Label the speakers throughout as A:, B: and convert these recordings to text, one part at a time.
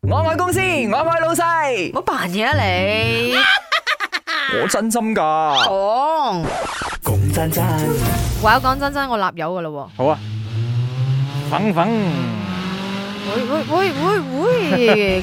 A: 我愛公司，我愛老細，
B: 冇扮嘢啊你！
A: 我真心噶。
B: 講
A: 講真真，
B: 話講真真，我立友噶啦喎，
A: 好啊，粉粉，
B: 會會會會 會。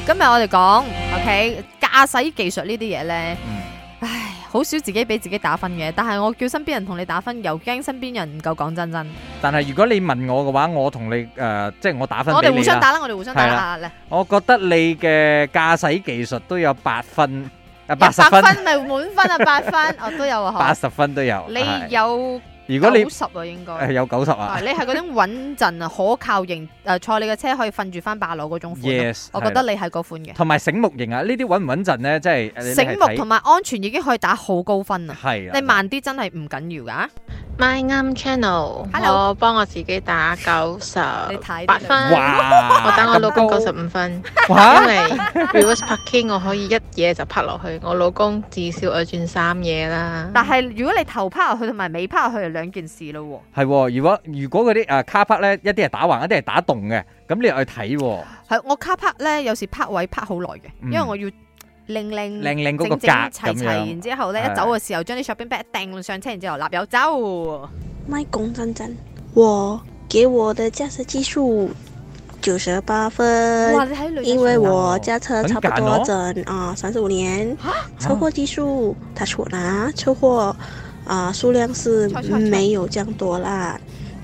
B: 今日我哋講，OK，駕駛技術呢啲嘢咧，
A: 嗯
B: 唉，好少自己俾自己打分嘅。但係我叫身邊人同你打分，又驚身邊人唔夠講真真。
A: 但係如果你問我嘅話，我同你誒、呃即係我打分
B: 我
A: 俾
B: 哋
A: 你
B: 互
A: 啦
B: 相打啦，我哋互相打啦。嚟，
A: 我覺得你嘅駕駛技術都有八分，啊八十
B: 一百
A: 分，
B: 分咪滿分啊，八分，我都有
A: 八
B: 啊。
A: 十分都有。
B: 嗬你
A: 係
B: 有
A: 如果你
B: 九十啊，應該。
A: 誒有九十
B: 啊
A: 啊
B: 你係嗰種穩陣啊、可靠型誒，坐你嘅車可以瞓住翻馬路嗰種款啊。
A: ，yes，
B: 我覺得你係嗰款嘅。
A: 同埋醒目型啊，呢啲穩唔穩陣咧，即係你
B: 醒目同埋安全已經可以打好高分啦。
A: 係啦。啊嗯
B: 你慢啲真係唔緊要噶，
C: My 啱 channel，
B: Hello
C: 我幫我自己打九十
B: 你睇
C: 八分，
A: 哇！
C: 我等我老公
A: 咁高
C: 九十五分，因
A: 哇！
C: 為 reverse parking 我可以一嘢就拍落去，我老公至少我轉三嘢啦。
B: 但係如果你頭拋入去同埋尾拋入去係兩件事咯
A: 係喎，如果如果嗰啲誒卡 part 咧，一啲係打橫，一啲係打洞嘅，咁你又去睇喎，
B: 喎。係我卡拍咧，有時拍位拍好耐嘅，
A: 嗯
B: 因為我要靚靚
A: 靚靚嗰個格
B: 整整
A: 咁
B: 齊齊，然
A: 樣。
B: 之後咧
A: 係
B: 一走嘅時候將啲 shopping bag 一掟上車，然之後立有走。
D: 麦龚真真，我给我的驾驶技术九十八
B: 哇！
D: 分，
B: 你睇女仔
D: 因为我驾车差不
A: 很敢哦
D: 多整啊三十五年，车祸技术他说啦，车祸啊、数量是
B: 错错错
D: 没有这样多啦，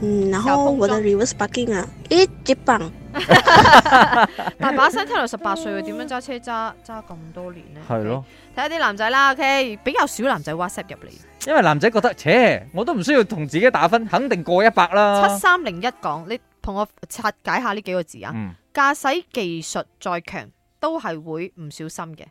D: 嗯，然
B: 小
D: 后
B: 碰
D: 我的
B: 撞
D: reverse parking 啊，一级棒，
B: 大把身聽落十八歲，點樣揸車揸揸咁多年咧？
A: 係咯，
B: 睇下啲男仔啦，OK，比較少男仔 WhatsApp 入嚟。
A: 因為男仔覺得，切，我都唔需要同自己打分，肯定過一百啦。
B: 七三零一講，你同我拆解下呢幾個字啊。
A: 嗯，
B: 駕駛技術再強，都係會唔小心嘅。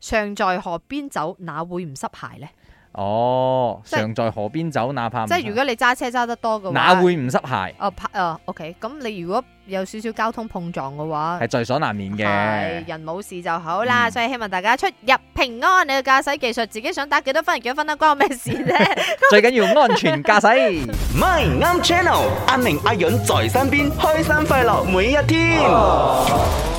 B: 常在河邊走，哪會唔濕鞋呢？
A: 哦，
B: 即係
A: 常在河邊走，哪怕唔
B: 即係如果你揸車揸得多嘅
A: 啊哪
B: 話，
A: 會唔濕鞋，
B: 哦拍哦 OK，咁你如果有少少交通碰撞嘅話，
A: 係在所難免嘅
B: 係。人冇事就好啦。
A: 嗯
B: 所以希望大家出入平安。你嘅駕駛技術自己想打幾多分，幾多分啦，關我咩事啫？
A: 最緊要安全駕 駛。
E: My 啱 channel，阿明阿允在身邊，開心快樂每一天。